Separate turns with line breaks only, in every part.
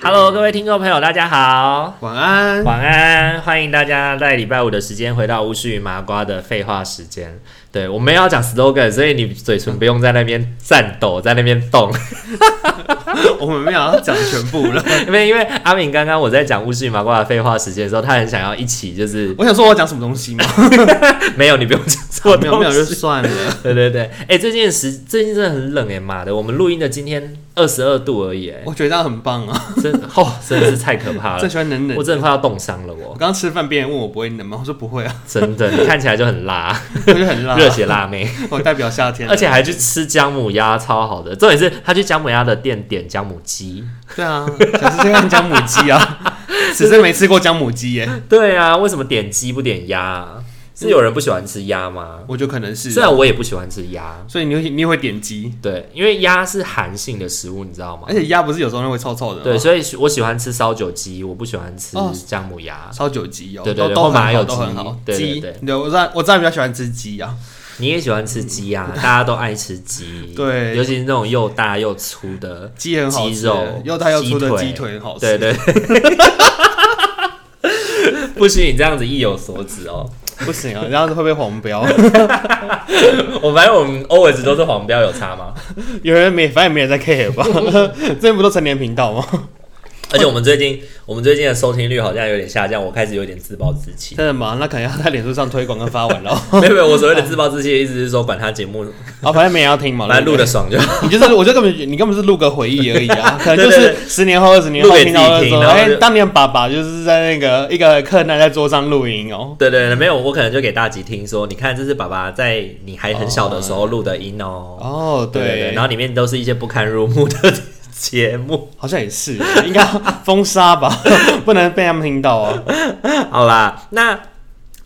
Hello，各位听众朋友，大家好，
晚安。
晚安，欢迎大家在礼拜五的时间回到巫师与麻瓜的废话时间。对我们要讲 slogan，所以你嘴唇不用在那边颤抖，在那边 动，
我们没有要讲全部 了，
因为因为阿敏刚刚我在讲巫师与麻瓜的废话时间的时候，他很想要一起，就是
我想说我讲什么东西吗？
没啊有你不用讲错
没有没有
东
就
西
算了。
对对对，哎、最近时最近真的很冷哎、妈的，我们录音的今天二十二度而已哎、
我觉得这样很棒啊，
真哦真的是太可 怕了
最，喜欢冷冷
我。真的快要冻伤了
我
我，
刚吃饭，别人问我不会冷吗？我说不 会啊，
真的，你看起来就很 辣，
我就很辣。
热血辣妹，
我代表夏啊天。
而且还去吃姜母鸭，超好的。重点是他去姜母鸭的店点姜母鸡，
对啊，想吃这看姜母鸡啊， 此生没吃过姜母鸡耶，
对啊，为什么点鸡不点鸭啊？是有人不喜欢吃鸭吗？
我觉得可能是啊
虽。然我也不喜欢吃鸭，
所以你会你也会点鸡，
对，因为鸭是寒性的食物，你知道吗
而？且鸭不是有时候会臭臭的吗？
对，所以我喜欢吃烧酒鸡，我不喜欢吃
哦
姜母鸭。
烧酒鸡哦，
对对对
都都
后面还
很好，
有
都
鸡
很好。
对对
鸡
对，
对我知道，我知道你比较喜欢吃鸡啊。
你也喜欢吃鸡啊？大家都爱吃鸡，
对
尤其是那种又大又粗的，
鸡很好吃，
鸡肉
又大又粗的
鸡腿
鸡腿很好
对
吃。
对。 不许你这样子意有所指哦！
不行啊，这 样子会被黄标。
我发现我们 always 都是黄标，有差吗？
有人没，反正没人在 care 吧？ 这不都成年频道吗？
而且我们最近，我们最近的收听率好像有点下降，我开始有点自暴自弃。
真的吗？那可能要在脸书上推广跟发 文喽。
没有没有，我 所谓的自暴自弃的意思是说，管他节目，
啊，反正没人要听嘛，
来录的
对
爽就好，
不对。你就是，我就根本你根本是录个回忆而已 啊，可能就
对对
是十年后、二十年
录
后
给
听到
自
的
己
时
听
候，
然后
哎
就，
当年爸爸就是在那个一个客人在桌上录音哦。
对对对，没有，我可能就给大吉听说，你看这是爸爸在你还很小的时候录的音哦。
哦，
对对对，
对
然，后里面都是一些不堪入目的节目。
好像也是，应该要封杀吧， 不能被他们听到哦。
好啦，那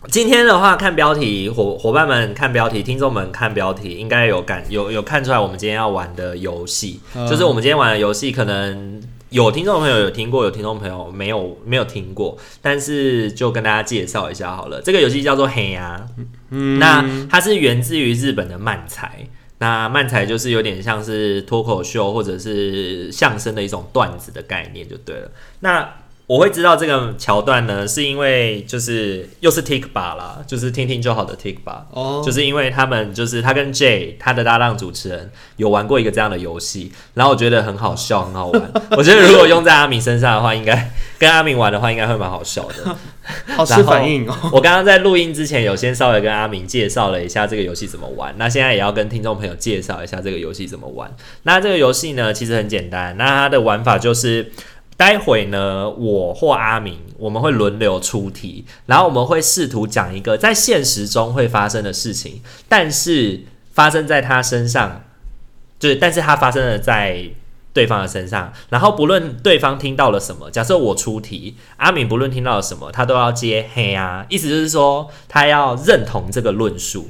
今天的话，看标题，伙伙伴们看标题，听众们看标题，应该有感有有看出来我们今天要玩的游戏，
嗯
就是我们今天玩的游戏，可能有听众朋友有听过，有听众朋友没有没有听过，但是就跟大家介绍一下好了。这个游戏叫做黑呀、
嗯，
那它是源自于日本的漫才。那漫才就是有点像是脱口秀或者是相声的一种段子的概念，就对了。那我会知道这个桥段呢，是因为就是又是 Tik Bar 啦，就是听听就好的 Tik Bar，、
哦，
就是因为他们就是他跟 J 他的搭档主持人有玩过一个这样的游戏，然后我觉得很好笑，很好玩。我觉得如果用在阿明身上的话，应该跟阿明玩的话，应该会蛮好笑的。
好
然
吃
后
反应哦。
我刚刚在录音之前，有先稍微跟阿明介绍了一下这个游戏怎么玩，那现在也要跟听众朋友介绍一下这个游戏怎么玩。那这个游戏呢，其实很简单，那它的玩法就是。待会呢，我或阿明，我们会轮流出题，然后我们会试图讲一个在现实中会发生的事情，但是发生在他身上，就是但是它发生了在对方的身上，然后不论对方听到了什么，假设我出题，阿敏不论听到了什么，他都要接嘿啊，意思就是说他要认同这个论述，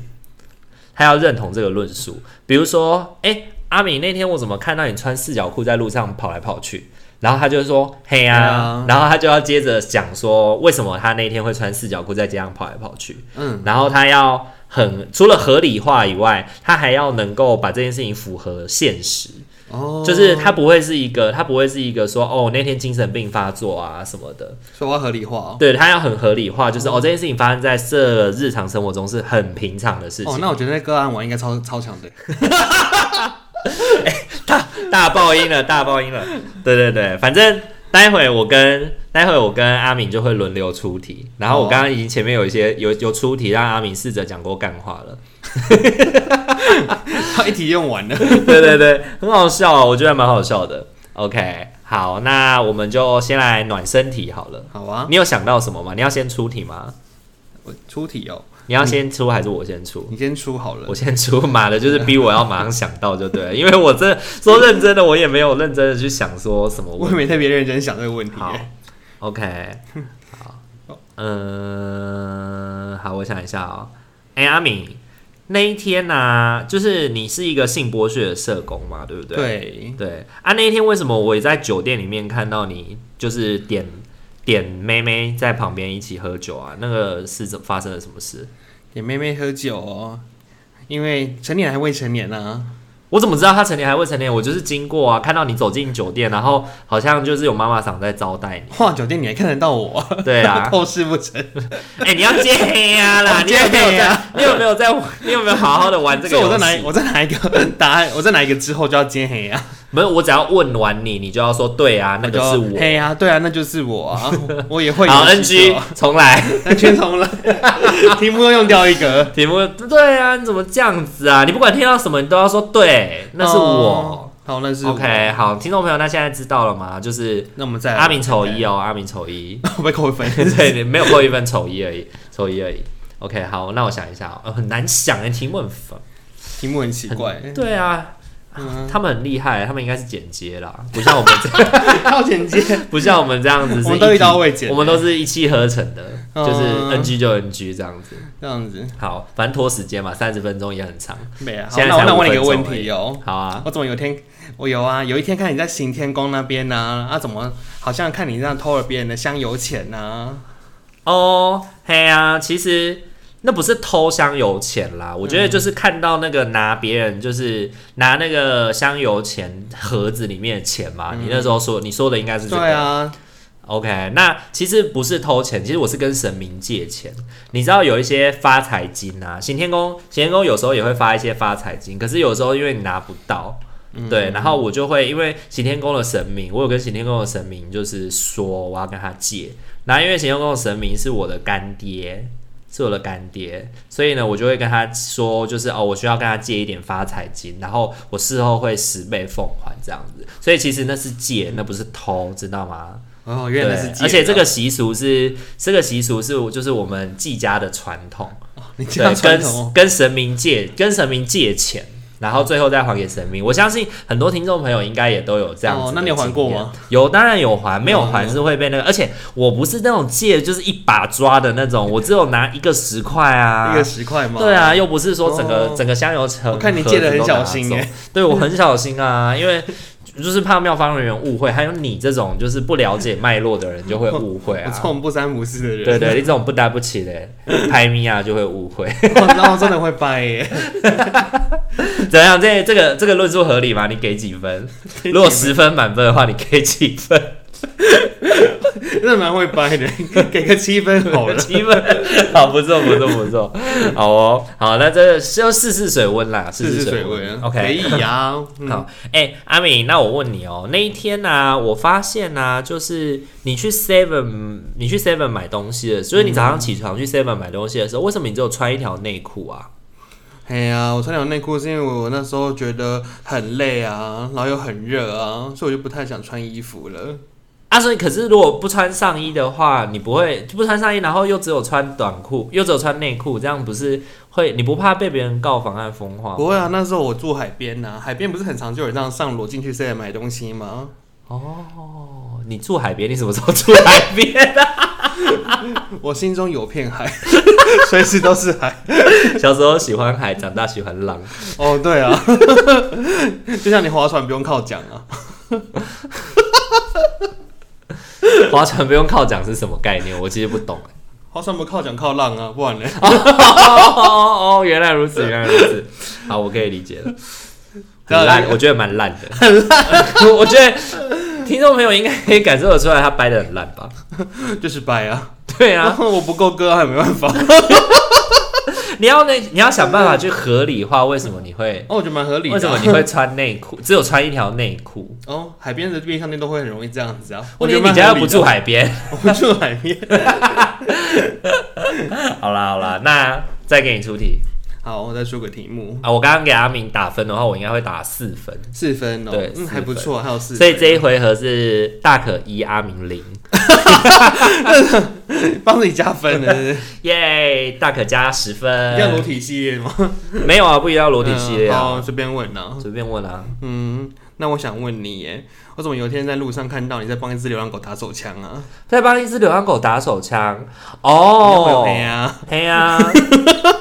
他要认同这个论述。比如说，哎、阿敏那天我怎么看到你穿四角裤在路上跑来跑去？然后他就说嘿
嘿
啊
啊，
然后他就要接着讲说为什么他那天会穿四角裤在街上跑来跑去。
嗯，
然后他要很除了合理化以外，他还要能够把这件事情符合现实。
哦，
就是他不会是一个，他不会是一个说哦那天精神病发作啊什么的，
说话合理化哦。
对他要很合理化，就是
嗯
哦这件事情发生在这日常生活中是很平常的事
哦，
情。
那我觉得那个案玩应该超超强的。
大大爆音了，大爆音了。对对对，反正待会我跟待会我跟阿敏就会轮流出题，然后我
哦
刚刚已经前面有一些有有出题让阿敏试着讲过干话了。
他一题用完了。
对对对，很好笑啊、我觉得蛮好笑的。OK，好，那我们就先来暖身题好了。
好啊，
你有想到什么吗？你要先出题吗？
我出题哦，
你要先出还是我先出？
你先出好了
我。先出，妈的，就是逼我要马上想到就对了，因为我真的说认真的，我也没有认真的去想说什么
我
问
也
题。
没特别认真想这个问题耶。
好，OK，好，嗯、好，我想一下哦。哎、阿敏，那一天呢、就是你是一个性剥削的社工嘛，对不对？
对，
对啊，那一天为什么我也在酒店里面看到你，就是点点妹妹在旁边一起喝酒啊？那个是怎发生了什么事？
给妹妹喝酒哦，因为成年还未成年啊呢、
我怎么知道她成年还未成年？我就是经过啊，看到你走进酒店，然后好像就是有妈妈桑在招待你。
啊，晃酒店你还看得到我，
对啊，
透视不成，
哎、你要接哦黑呀、啦！
我
你有没有
接黑
在
啊？
你有没有在？ 你有没有好好的玩这个
所以
游
我
戏？
在哪一我在哪一个答案，我在哪一个之后就要接黑啊，
没有，我只要问完你，你就要说对啊，那个是
就
我。
黑啊，对啊，那就是我 啊，我也会有
好
几
，NG，
个
重来。
那全重了， 题目又用掉一个，
题目对啊，你怎么这样子啊？你不管听到什么，你都要说对，那是我。
哦，好，那是我
OK，好，听众朋友，那现在知道了吗？就是
那我们再来
阿明丑一哦，阿明丑一，，
会被扣分
对，你没有扣一分，丑一而已，丑一而已。OK，好，那我想一下哦，呃很难想的题目很烦。
题目很奇怪，
对啊，
嗯，
他们很厉害，他们应该是剪接啦，不像我们这样，
靠 剪接，
不像我们这样子是，
我们都一刀未剪
我们都是一气呵成的，就是
嗯
NG 就 NG 这样子。
这样子，
好，反正拖时间嘛，三十分钟也很长。
没啊，好，
现在
那
才
我那
五
我问你一个
分
问
钟而已
题哦，
好啊，
我怎么有天我有啊？有一天看你在行天宫那边呢、啊，怎么好像看你这样偷了别人的香油钱啊呢、
哦，嘿啊，其实那不是偷香油钱啦，我觉得就是看到那个拿别人就是拿那个香油钱盒子里面的钱嘛，你那时候说你说的应该是这
嗯对
个。
啊，
OK，那其实不是偷钱，其实我是跟神明借钱。你知道有一些发财金啊，行天宫行天宫有时候也会发一些发财金，可是有时候因为你拿不到，对，然后我就会因为行天宫的神明，我有跟行天宫的神明就是说我要跟他借，然后因为行天宫的神明是我的干爹。是我的干爹，所以呢，我就会跟他说，就是哦，我需要跟他借一点发财金，然后我事后会十倍奉还这样子。所以其实那是借，那不是偷，知道吗？
哦，原来
对
是借的，
而且这个习俗是这个习俗是就是我们季家的传统，
哦 你
对
这样，传统
跟跟神明借跟神明借钱，然后最后再还给神明。我相信很多听众朋友应该也都有这样子、
哦那你有还过吗？哦
有，当然有还，没有还是会被那个。而且我不是那种借就是一把抓的那种，我只有拿一个十块
哦
啊
一个。十块嘛，
对啊，又不是说整个、
哦
整个香油车，
我看你借得很小心欸
耶
耶。
对我很小心啊， 因为就是怕妙方人员误会，还有你这种就是不了解脉络的人就会误会
我这
啊。
种不三不四的人，
对对，你这种不搭不起的拍咪啊就会误会。
哦我然后真的会掰耶，
怎样？这这个这个论述合理吗？你给几分？如果十分满分的话，你给几分？
真的蛮会掰的， 给个七分 好了。
七分。好，不错不错不错。好哦，好，那这个就试试水温啦，试
试
试
试
水
水
温
温。
OK，
可以啊。嗯
好，哎、阿敏，那我问你哦、那一天呢、我发现呢、啊就是你去 Seven，你去 Seven 买东西的时候，就是你早上起床去 Seven 买东西的时候，为什么你只有穿一条内裤啊？
哎呀，我穿条内裤是因为我那时候觉得很累啊，然后又很热啊，所以我就不太想穿衣服了。
啊，所以可是如果不穿上衣的话，你不会不穿上衣，然后又只有穿短裤，又只有穿内裤，这样不是会你不怕被别人告妨碍风化吗？
不会啊，那时候我住海边呐、海边不是很常就有人这样上裸进去 C 买东西吗？
哦，你住海边，你什么时候住海边？
我心中有片海， 随时都是海。
小时候喜欢海，长大喜欢浪。
哦，对啊， 就像你划船不用靠桨啊，
划船不用靠桨是什么概念？我其实不懂、
划船不靠桨靠浪啊，不然呢？
哦哦，原来如此，原来如此。好，我可以理解 了。很烂，我觉得蛮烂的，很烂。 我我觉得听众朋友应该可以感受得出来，他掰的很烂吧？
就是掰啊。
对
然
啊，
后我不够割还没办法。
你要那你要想办法去合理化为什么你会
哦，我觉得蛮合理的啊、
为什么你会穿内裤，只有穿一条内裤？
哦，海边的便利商店都会很容易这样子啊。
问
我
题
觉
是你
得蛮
家又
合理
不
的
住，海 边。
我不住海边。
好啦好啦，那再给你出题
好，我再出个题目，
啊！我刚刚给阿明打分的话，我应该会打四分，
四分哦，
对四
嗯，还不
分
错，还有四分。
所以这一回合是大可一，阿明零。
帮自己加分了， 是
耶，大可加十
不
分。
是 要裸体系列吗？
没嗯有啊，不一定要裸体系列
嗯
啊，
好随便问啊。
随便问啊。
嗯，那我想问你耶，我怎么有一天在路上看到你在帮一只流浪狗打手枪啊？
在帮一只流浪狗打手枪
你有
哦，
没有黑啊，
嘿呀、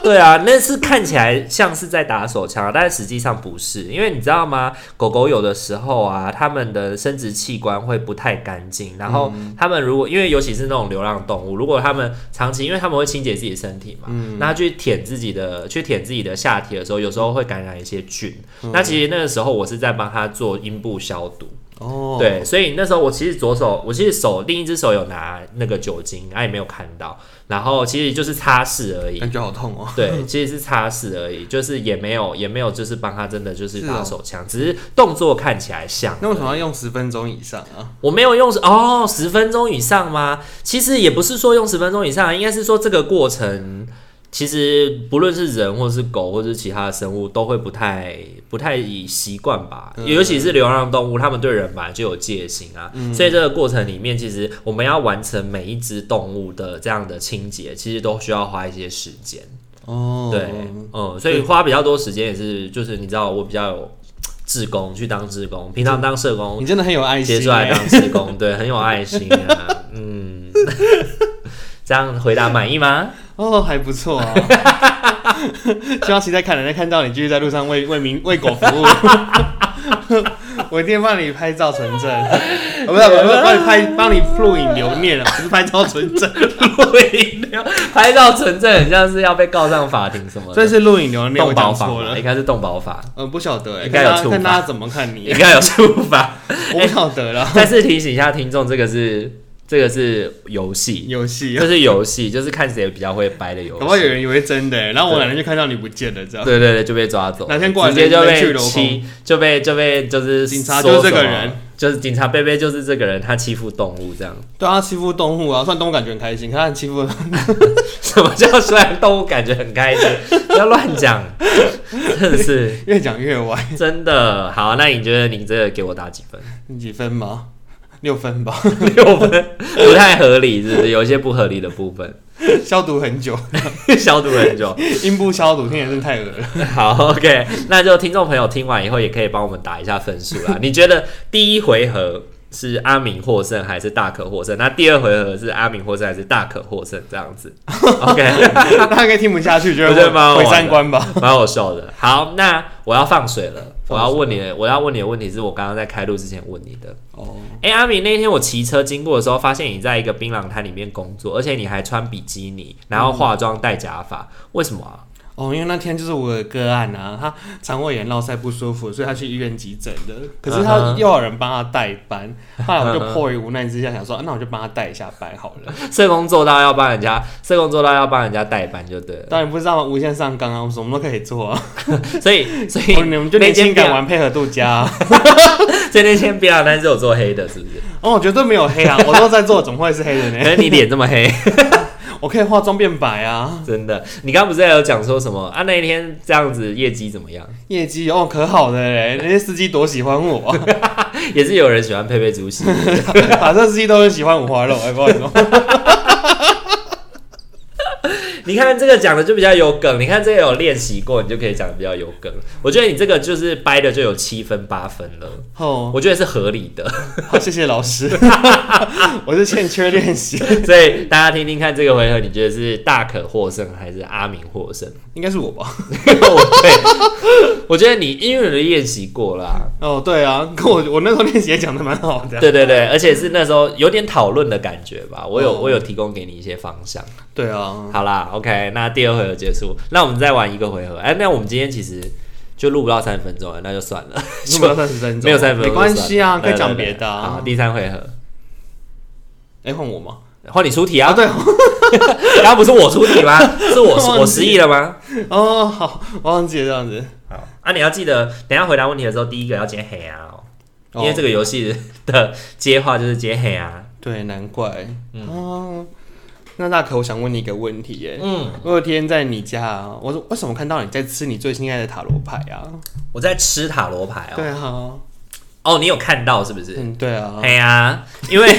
对啊，那是看起来像是在打手枪，啊但实际上不是，因为你知道吗？狗狗有的时候啊，它们的生殖器官会不太干净，然后
嗯
它们如果因为尤其是那种流浪动物，如果它们长期因为它们会清洁自己的身体嘛，
嗯
那它去舔自己的去舔自己的下体的时候，有时候会感染一些菌。
嗯
那其实那个时候我是在帮它做阴部消毒，
哦，，
对，所以那时候我其实左手，我其实手另一只手有拿那个酒精，啊也没有看到，然后其实就是擦拭而已。
感觉好痛哦。
对，其实是擦拭而已，就是也没有也没有就是帮他真的就是
是
打
哦
手枪，只是动作看起来像。
那为什么要用十分钟以上啊？
我没有用哦，十分钟以上吗？其实也不是说用十分钟以上，啊应该是说这个过程，其实不论是人或是狗或是其他的生物，都会不太不太以习惯吧。
嗯
尤其是流浪动物，它们对人本来就有戒心啊，所以这个过程里面，其实我们要完成每一只动物的这样的清洁，其实都需要花一些时间。
哦，
对，嗯，所以花比较多时间也是，就是你知道我比较有志工去当志工，平常当社工，
你真的很有爱
接
心
出来
欸。
当志工，对，很有爱心啊，嗯，这样回答满意吗？
哦，还不错啊。希望期待看人家看到你继续在路上为为民为狗服务。我一定帮你拍照存证，哦我不是，我不是帮你拍，帮你录影留念了，不是拍照存证，
录影留拍照存证，很像是要被告上法庭什么
这
的。
是录影留念，我
动保
讲
法
错
吧，
了
应。该是动保法，
嗯，哎不晓得欸，
应该有
看大
处
家看
罚
大家怎么看你啊
应，该有处 罚。
我不晓得了。
但是提醒一下听众，这个是这个是游戏，
游戏 啊
这，是游戏，就是看谁比较会掰的游
搞不好有
戏。
人以为真的欸，然后我哪天就看到你不见了，这样。
对对对，就被抓走，
哪天过来
直接就
人去
被
楼空
欺，就被就被就是
警察
说
就是这个
什么
人，
就是警察贝贝就是这个人，他欺负动物这样。
对啊，欺负动物啊，算动物感觉很开心，可是他很欺负
什么叫虽然动物感觉很开心？ 不要乱讲，真的是
越讲越歪，
真的。好，那你觉得你这个给我打几分？
你几分吗？六分吧，
六分，不太合理，是不是？有一些不合理的部分，
消毒很久，
消毒很久。
阴部消毒，听起来真的太恶 了。
好，OK，那就听众朋友听完以后也可以帮我们打一下分数啦。你觉得第一回合是阿明获胜还是大可获胜？那第二回合是阿明获胜还是大可获胜？这样子，OK。
大家应该听不下去，就
我觉得蛮好
会
玩的
回三观吧。
蛮好笑的。好，那我要放水了。我
放水
要问你的，我要问你的问题是我刚刚在开录之前问你的。
哦，
哎、阿米，那天我骑车经过的时候，发现你在一个槟榔摊里面工作，而且你还穿比基尼，然后化妆戴假发，为什么啊？
哦，因为那天就是我的个案啊，他肠胃炎落塞不舒服，所以他去医院急诊的。可是
嗯
他
哼
又有人帮他代 班，后来
嗯
我就
哼
迫于无奈之下想说，啊那我就帮他代一下班好 了。
社工做到要帮人家，社工做到要帮人家代班就对了。
当然不知道无限上纲啊，我什么都可以做 啊。
所以，所以
哦你们就
那
年
间
轻感
槟榔，
玩配合度加啊、
所以那间槟榔摊是有做黑的，是不是？
哦，我绝对没有黑啊， 我都在做，怎么会是黑的
可
呢？
是你脸这么黑，
我可以化妆变白啊，
真的。你刚刚不是还有讲说什么啊？那一天这样子业绩怎么样？
业绩哦可好的嘞，那些司机多喜欢我、啊，
也是有人喜欢佩佩猪系列
反正司机都很喜欢五花肉，哎、不好意思 哦，
你看这个讲的就比较有梗，你看这个有练习过，你就可以讲的比较有梗。我觉得你这个就是掰的就有七分八分了，
哦，
我觉得是合理的。
好谢谢老师， 我是欠缺练习，
所以大家听听看这个回合，你觉得是大可获胜还是阿明获胜？
应该是我吧？
对，我觉得你因为你练习过啦，
哦，对啊，跟我我那时候练习也讲的蛮好的，
对对对，而且是那时候有点讨论的感觉吧。我有
哦
我有提供给你一些方向。
对啊，
好啦，OK，那第二回合结束，那我们再玩一个回合。哎，那我们今天其实就录不到三分钟了，那就算了。
有没有三十分钟？
没有三分钟
没关系啊，
就算
可
了
以讲别的
好，
啊。
第三回合
哎，换我吗？
换你出题
啊，
啊！
对，
刚刚不是我出题吗？是我
忘记
我失忆了吗？
哦，好，我忘记了这样子，
好啊，你要记得，等一下回答问题的时候，第一个要接黑啊、哦，因为这
个
个游戏的接话就是接黑啊。
对，难怪，
嗯
哦，那大可，我想问你一个问题，耶。
嗯，
我有天在你家，啊，我说为什么看到你在吃你最心爱的塔罗牌啊？
我在吃塔罗牌哦。
对嗯啊，
哦，你有看到是不是？
嗯，对啊，
哎呀、因为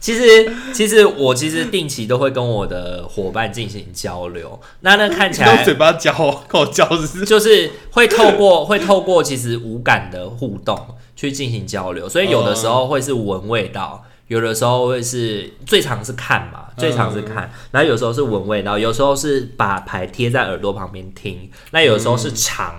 其实其实我其实定期都会跟我的伙伴进行交流，那那看起
用
来
嘴巴嚼，跟我嚼是不是
就是会透过会透过其实无感的互动去进行交流，所以有的时候会是闻味道。有的时候会是最常是看嘛，最常是看，然后有时候是闻味道，有时候是把牌贴在耳朵旁边听，那有时候是尝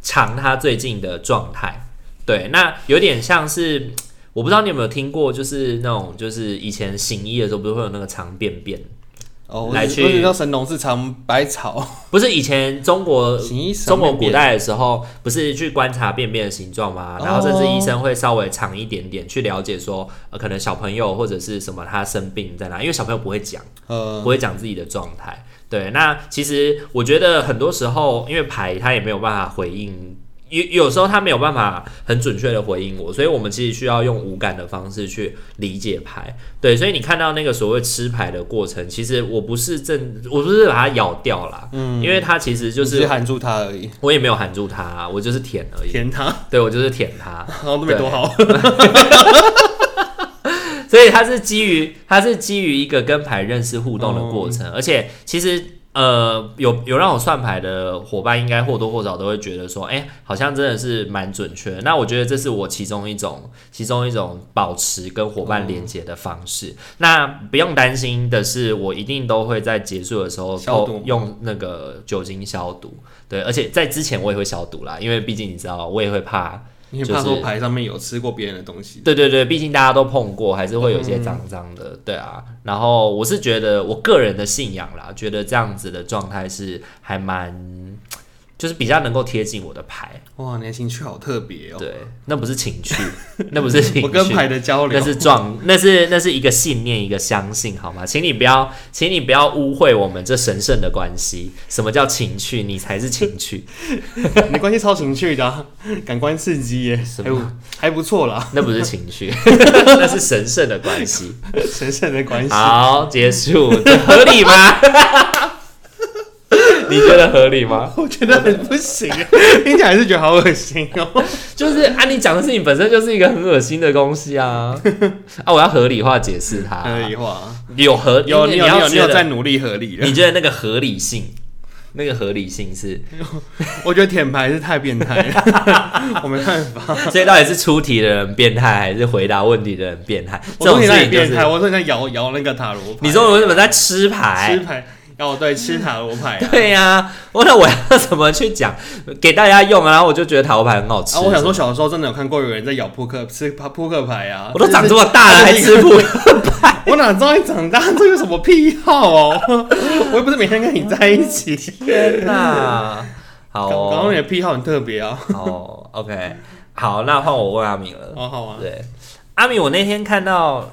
尝他最近的状态，对，那有点像是我不知道你有没有听过，就是那种就是以前行医的时候不是会有那个肠便便，
哦，我
来
只
去
我只知道神农是尝百草，
不是以前中国
行医
中国古
便便
代的时候，不是去观察便便的形状吗？
哦
然后甚至医生会稍微长一点点去了解说，呃，可能小朋友或者是什么他生病在哪，因为小朋友不会讲，
呃
不，会讲自己的状态。对，那其实我觉得很多时候，因为牌他也没有办法回应。有有时候他没有办法很准确的回应我，所以我们其实需要用无感的方式去理解牌。对，所以你看到那个所谓吃牌的过程，其实我不是正，我不是把它咬掉啦，嗯，因为它其实就
你只
是
含住它而已，
我也没有含住它，我就是舔而已。
舔它，然
对，我就是舔它，
后都没多好。
所以它是基于它是基于一个跟牌认识互动的过
哦
程，而且其实。呃，有有让我算牌的伙伴，应该或多或少都会觉得说，哎、好像真的是蛮准确的。那我觉得这是我其中一种，其中一种保持跟伙伴连接的方式。
嗯
那不用担心的是，我一定都会在结束的时候
消毒
偷
吗
用那个酒精消毒。对，而且在之前我也会消毒啦，因为毕竟你知道，我也会怕
你怕
就
说
是
牌上面有吃过别人的东西，
对对对，毕竟大家都碰过，还是会有一
嗯
些脏脏的，对啊。然后我是觉得我个人的信仰啦，觉得这样子的状态是还蛮，就是比较能够贴近我的牌。
哇，你的兴趣好特别哦。
对，那不是情趣， 那不是情趣，
我跟牌的交流
那， 是状，那是那是一个信念，一个相信，好吗？请你不要，请你不要污秽我们这神圣的关系。什么叫情趣？你才是情趣，
你的关系超情趣的啊， 感官刺激耶，
什
还不还不错啦，
那不是情趣， 那是神圣的关系。
神圣的关系。
好，结 束，合理 吗？你觉得合理吗？
我觉得很不行，听起来还是觉得好恶心 哦。
就是啊，你讲的事情本身就是一个很恶心的东西 啊！啊，我要合理化解释它，
合理化，
有合
哎有
你
你
啊你要
有你有你有
觉得
在努力合理了
你。觉得那个合理性，那个合理性 是，
我觉得舔牌是太变态了， 我没办法。
所以到底是出题的人变态，还是回答问题的人变态？这
我说
种
你
事
那里
情就
变
是
态，，我说你在摇摇那个塔罗牌。
你说我怎么在吃
吃
牌？
牌？哦，对，吃塔 罗牌啊。
对呀、我那我要怎么去讲给大家用啊？然后我就觉得塔罗牌很好吃。
啊，我想说，小时候真的有看过有人在咬扑克吃扑克牌啊。
我都长
就
这么大 了还吃不
是，我哪知道你长大这有什么癖好哦？ 我又不是每天跟你在一起。
天 呐， 好
搞搞到
哦
你，的癖好很特别啊，
好哦，OK，好，那换我问阿敏了。
好好啊。
对，阿敏，我那天看到，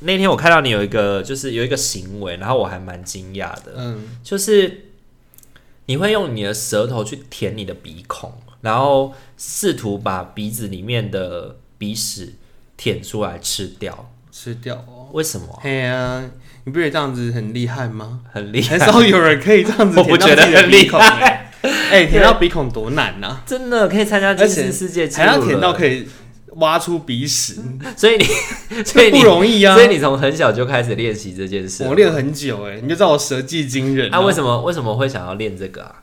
那天我看到你有一个，就是有一个行为，然后我还蛮惊讶的，
嗯，
就是你会用你的舌头去舔你的鼻孔，然后试图把鼻子里面的鼻屎舔出来吃掉，
吃掉哦。
为什么？
嘿呀，你不觉得这样子很厉害吗？
很厉
很
害，
少有人可以这样 子
我不
舔到
觉得
自己的
很
鼻
厉
孔欸。哎，舔到鼻孔多难呐！
真的可以参加吉尼斯世界纪
还要
录
舔
了
到可以挖出鼻屎，
所以你， 所以
不
你
容易啊
所！以你从很小就开始练习这件事了，啊
我练很久哎，你就知道我舌技惊人
啊？为什么为什么会想要练这个啊？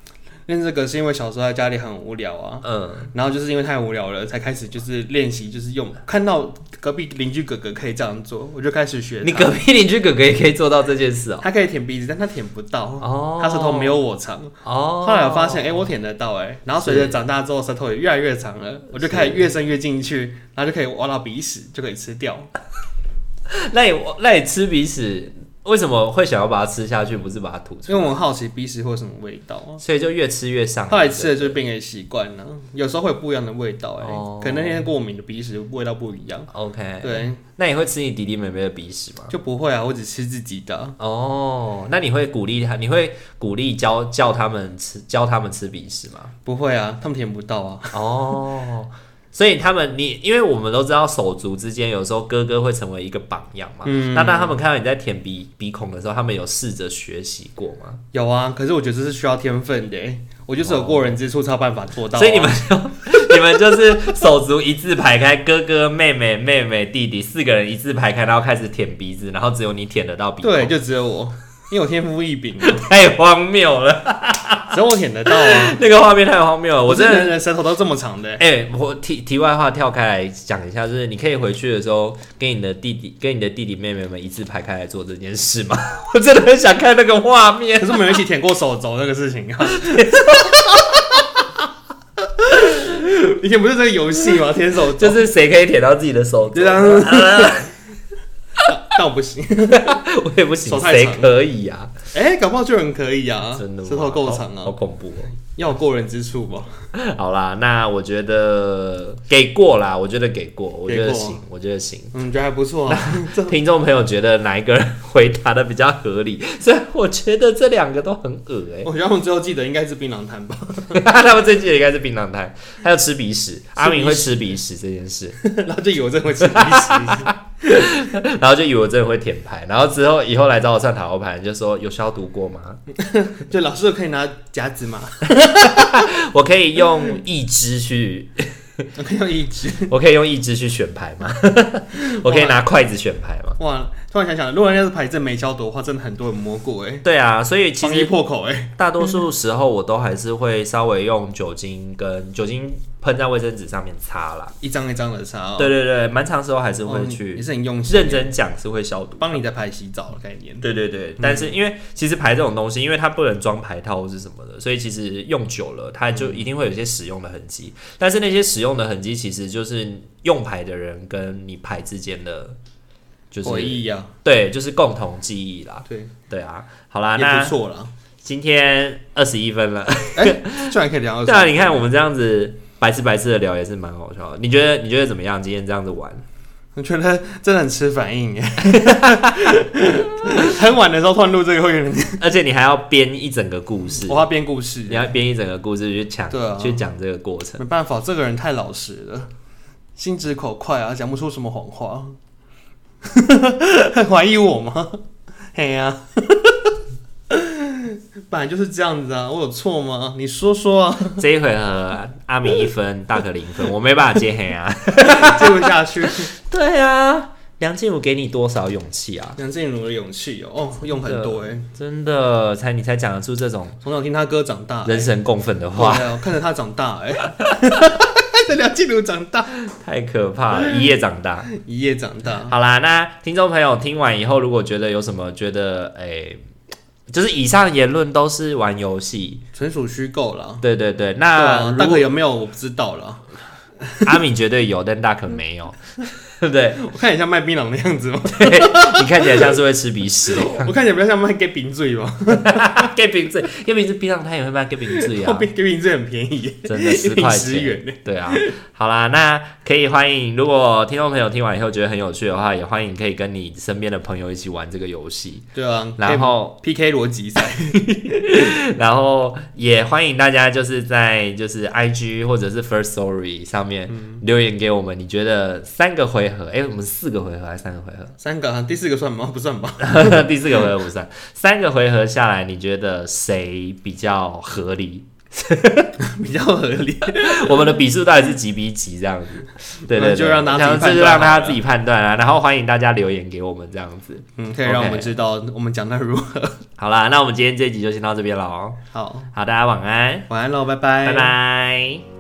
练这个是因为小时候在家里很无聊啊，
嗯，
然后就是因为太无聊了，才开始就是练习，就是用看到隔壁邻居哥哥可以这样做，我就开始学他。
你隔壁邻居哥哥也可以做到这件事哦。
他可以舔鼻子，但他舔不到，
哦
他舌头没有我长。
哦，
后来我发现，哎、我舔得到、哎，然后随着长大之后，舌头也越来越长了，我就开始越伸越进去，然后就可以挖到鼻屎，就可以吃掉。
那你那你吃鼻屎为什么会想要把它吃下去，不是把它吐出
因为我很好奇鼻屎会有什么味道，啊
来？所以就越吃越上瘾。
后来吃了就变成习惯了，有时候会有不一样的味道、哎、
哦哎
可能那天过敏的鼻屎味道不一样，
OK，
对，
那你会吃你弟弟妹妹的鼻屎吗？
就不会啊，我只吃自己的啊。
哦，那你会鼓励他？你会鼓励教教他们吃教他们吃鼻屎吗？
不会啊，他们舔不到啊。
哦，所以他们你，因为我们都知道手足之间有时候哥哥会成为一个榜样嘛。
嗯
那当他们看到你在舔鼻鼻孔的时候，他们有试着学习过吗？
哎有啊，可是我觉得这是需要天分的欸，我就是有过人之处才有办法做到啊、
哦所以你们你们就是手足一字排开，哥哥、妹妹、妹妹、弟弟四个人一字排开，然后开始舔鼻子，然后只有你舔得到鼻孔，
对，就只有我，因为我天赋异禀，啊
太荒谬了，
只有我舔得到啊！
那个画面太荒谬了， 我真的
人人舌头都这么长的、
哎、我题题外话跳开来讲一下，就是你可以回去的时候，跟你的弟弟、跟你的弟弟妹妹们一字排开来做这件事吗？ 我真的很想看那个画面
可。是我们有一起舔过手肘那个事情 啊。以前不是这个游戏吗？舔手肘，
就是谁可以舔到自己的手指
就这？样， 但我不行。
我也不行，
手太
谁
长
可以啊？
哎、搞不好就有人可以啊，
真的吗，
舌头够长
好好
啊，
恐怖哦。
要有过人之处吧。
好啦，那我觉得给过啦，我觉得给过，我觉得
给过
行，我觉得行。
嗯，觉得还不错啊。 这
听众朋友觉得哪一个人 回答的比较合理？ 虽然我觉得这两个都很恶哎、
我觉得我们最后记得应该是槟榔摊吧，
他们最记得应该是槟榔摊，还有吃鼻屎。阿明
鼻
会吃鼻屎这件事，
然后就以为我真的会吃鼻屎。
然后就以为我真的会舔牌，然后之后以后来找我算塔罗牌，就说有消毒过吗？
就老师可以拿夹子嘛，
我可以用一支 去，
我可以用一只。
我可以用一支去选牌 吗？我可以拿筷子选牌吗？
哇，突然想想，如果那是牌真没消毒的话，真的很多人摸过哎、
对啊，所以其
防疫
实
破口哎、
大多数时候我都还是会稍微用酒精跟酒精喷在卫生纸上面擦啦。
一张一张的擦、哦。
对对对，蛮长时候还是
哦
会
你
去
也是很用心，
认真讲是会消毒的。
帮你的牌洗澡的概念。
对对
嗯
对，但是因为其实牌这种东西，因为它不能装牌套或是什么的，所以其实用久了，它就一定会有一些使用的痕迹。但是那些使用的痕迹，其实就是用牌的人跟你牌之间的，就是
回忆呀、
对，就是共同记忆啦。
哦对，
对啊，好啦，
也不
那
错啦。
今天二十一分了，
居然可以聊到，
对啊，你看我们这样子白痴白痴的聊也是蛮好笑的。你觉得你觉得怎么样？今天这样子 玩，
我觉得真的很吃 反应耶。很晚的时候突然录这个会有点，
而且你还要编一整个故事
我，要编故事
你，要编一整个故事去讲，
对啊
去讲这个过程。
没办法，这个人太老实了，心直口快啊，讲不出什么谎话。 怀疑我吗？嘿呀、 本来就是这样子啊，我有错吗？你说说啊，
这一回合阿明一分，大可零 分，我没办法接黑啊。
接不下去。
对啊，梁静茹给你多少勇气啊？
梁静茹的勇气哦，哦，用很多哎、
真的，才你才讲得出这种
从小听他歌长大、
人神共愤的
对
话，
啊，我看着他长大哎、欸， 在梁静茹长大，
太可怕了，一夜长大。
一夜长大，
好啦，那听众朋友听完以后，如果觉得有什么觉得诶、就是以上言论都是玩游戏，
纯属虚构啦。
对对对。
对
那
啊，
如
大
果
可有没有我不知道啦。
阿敏绝对有，但大可没有，对不对？
我看你像卖槟榔的样 子吗？
对你看起来像是会吃鼻 屎的样
我看起来比较像卖给饼醉吧，
子。给瓶子，给瓶子，槟榔摊也会卖给瓶子
后
呀。
面给饼醉很便宜，
啊真的
一
十
瓶
块
十
钱。
元呢。
对啊，好啦，那可以欢迎，如果听众朋友听完以后觉得很有趣的话，也欢迎可以跟你身边的朋友一起玩这个游戏，
对啊，
然后，
PK 逻辑赛，
然后也欢迎大家就是在就是 IG 或者是 First Story 上面
嗯
留言给我们，你觉得三个回合，哎、我们四个回合 还是三个回
三个啊，第四个算吗？不 算吧。
合？第四个回合不算，三个回合下来，你觉得谁比较合理？
比较合理。
我们的比数到底是几比几这样子？对对对，
就让大家自
这
己判断啊
就让大家自己判断啊啦。然后欢迎大家留言给我们这样子。
嗯，可以让
OK
我们知道我们讲的如何。
好啦，那我们今天这一集就先到这边了哦。
好，
好，大家晚安，
晚安喽，拜
拜拜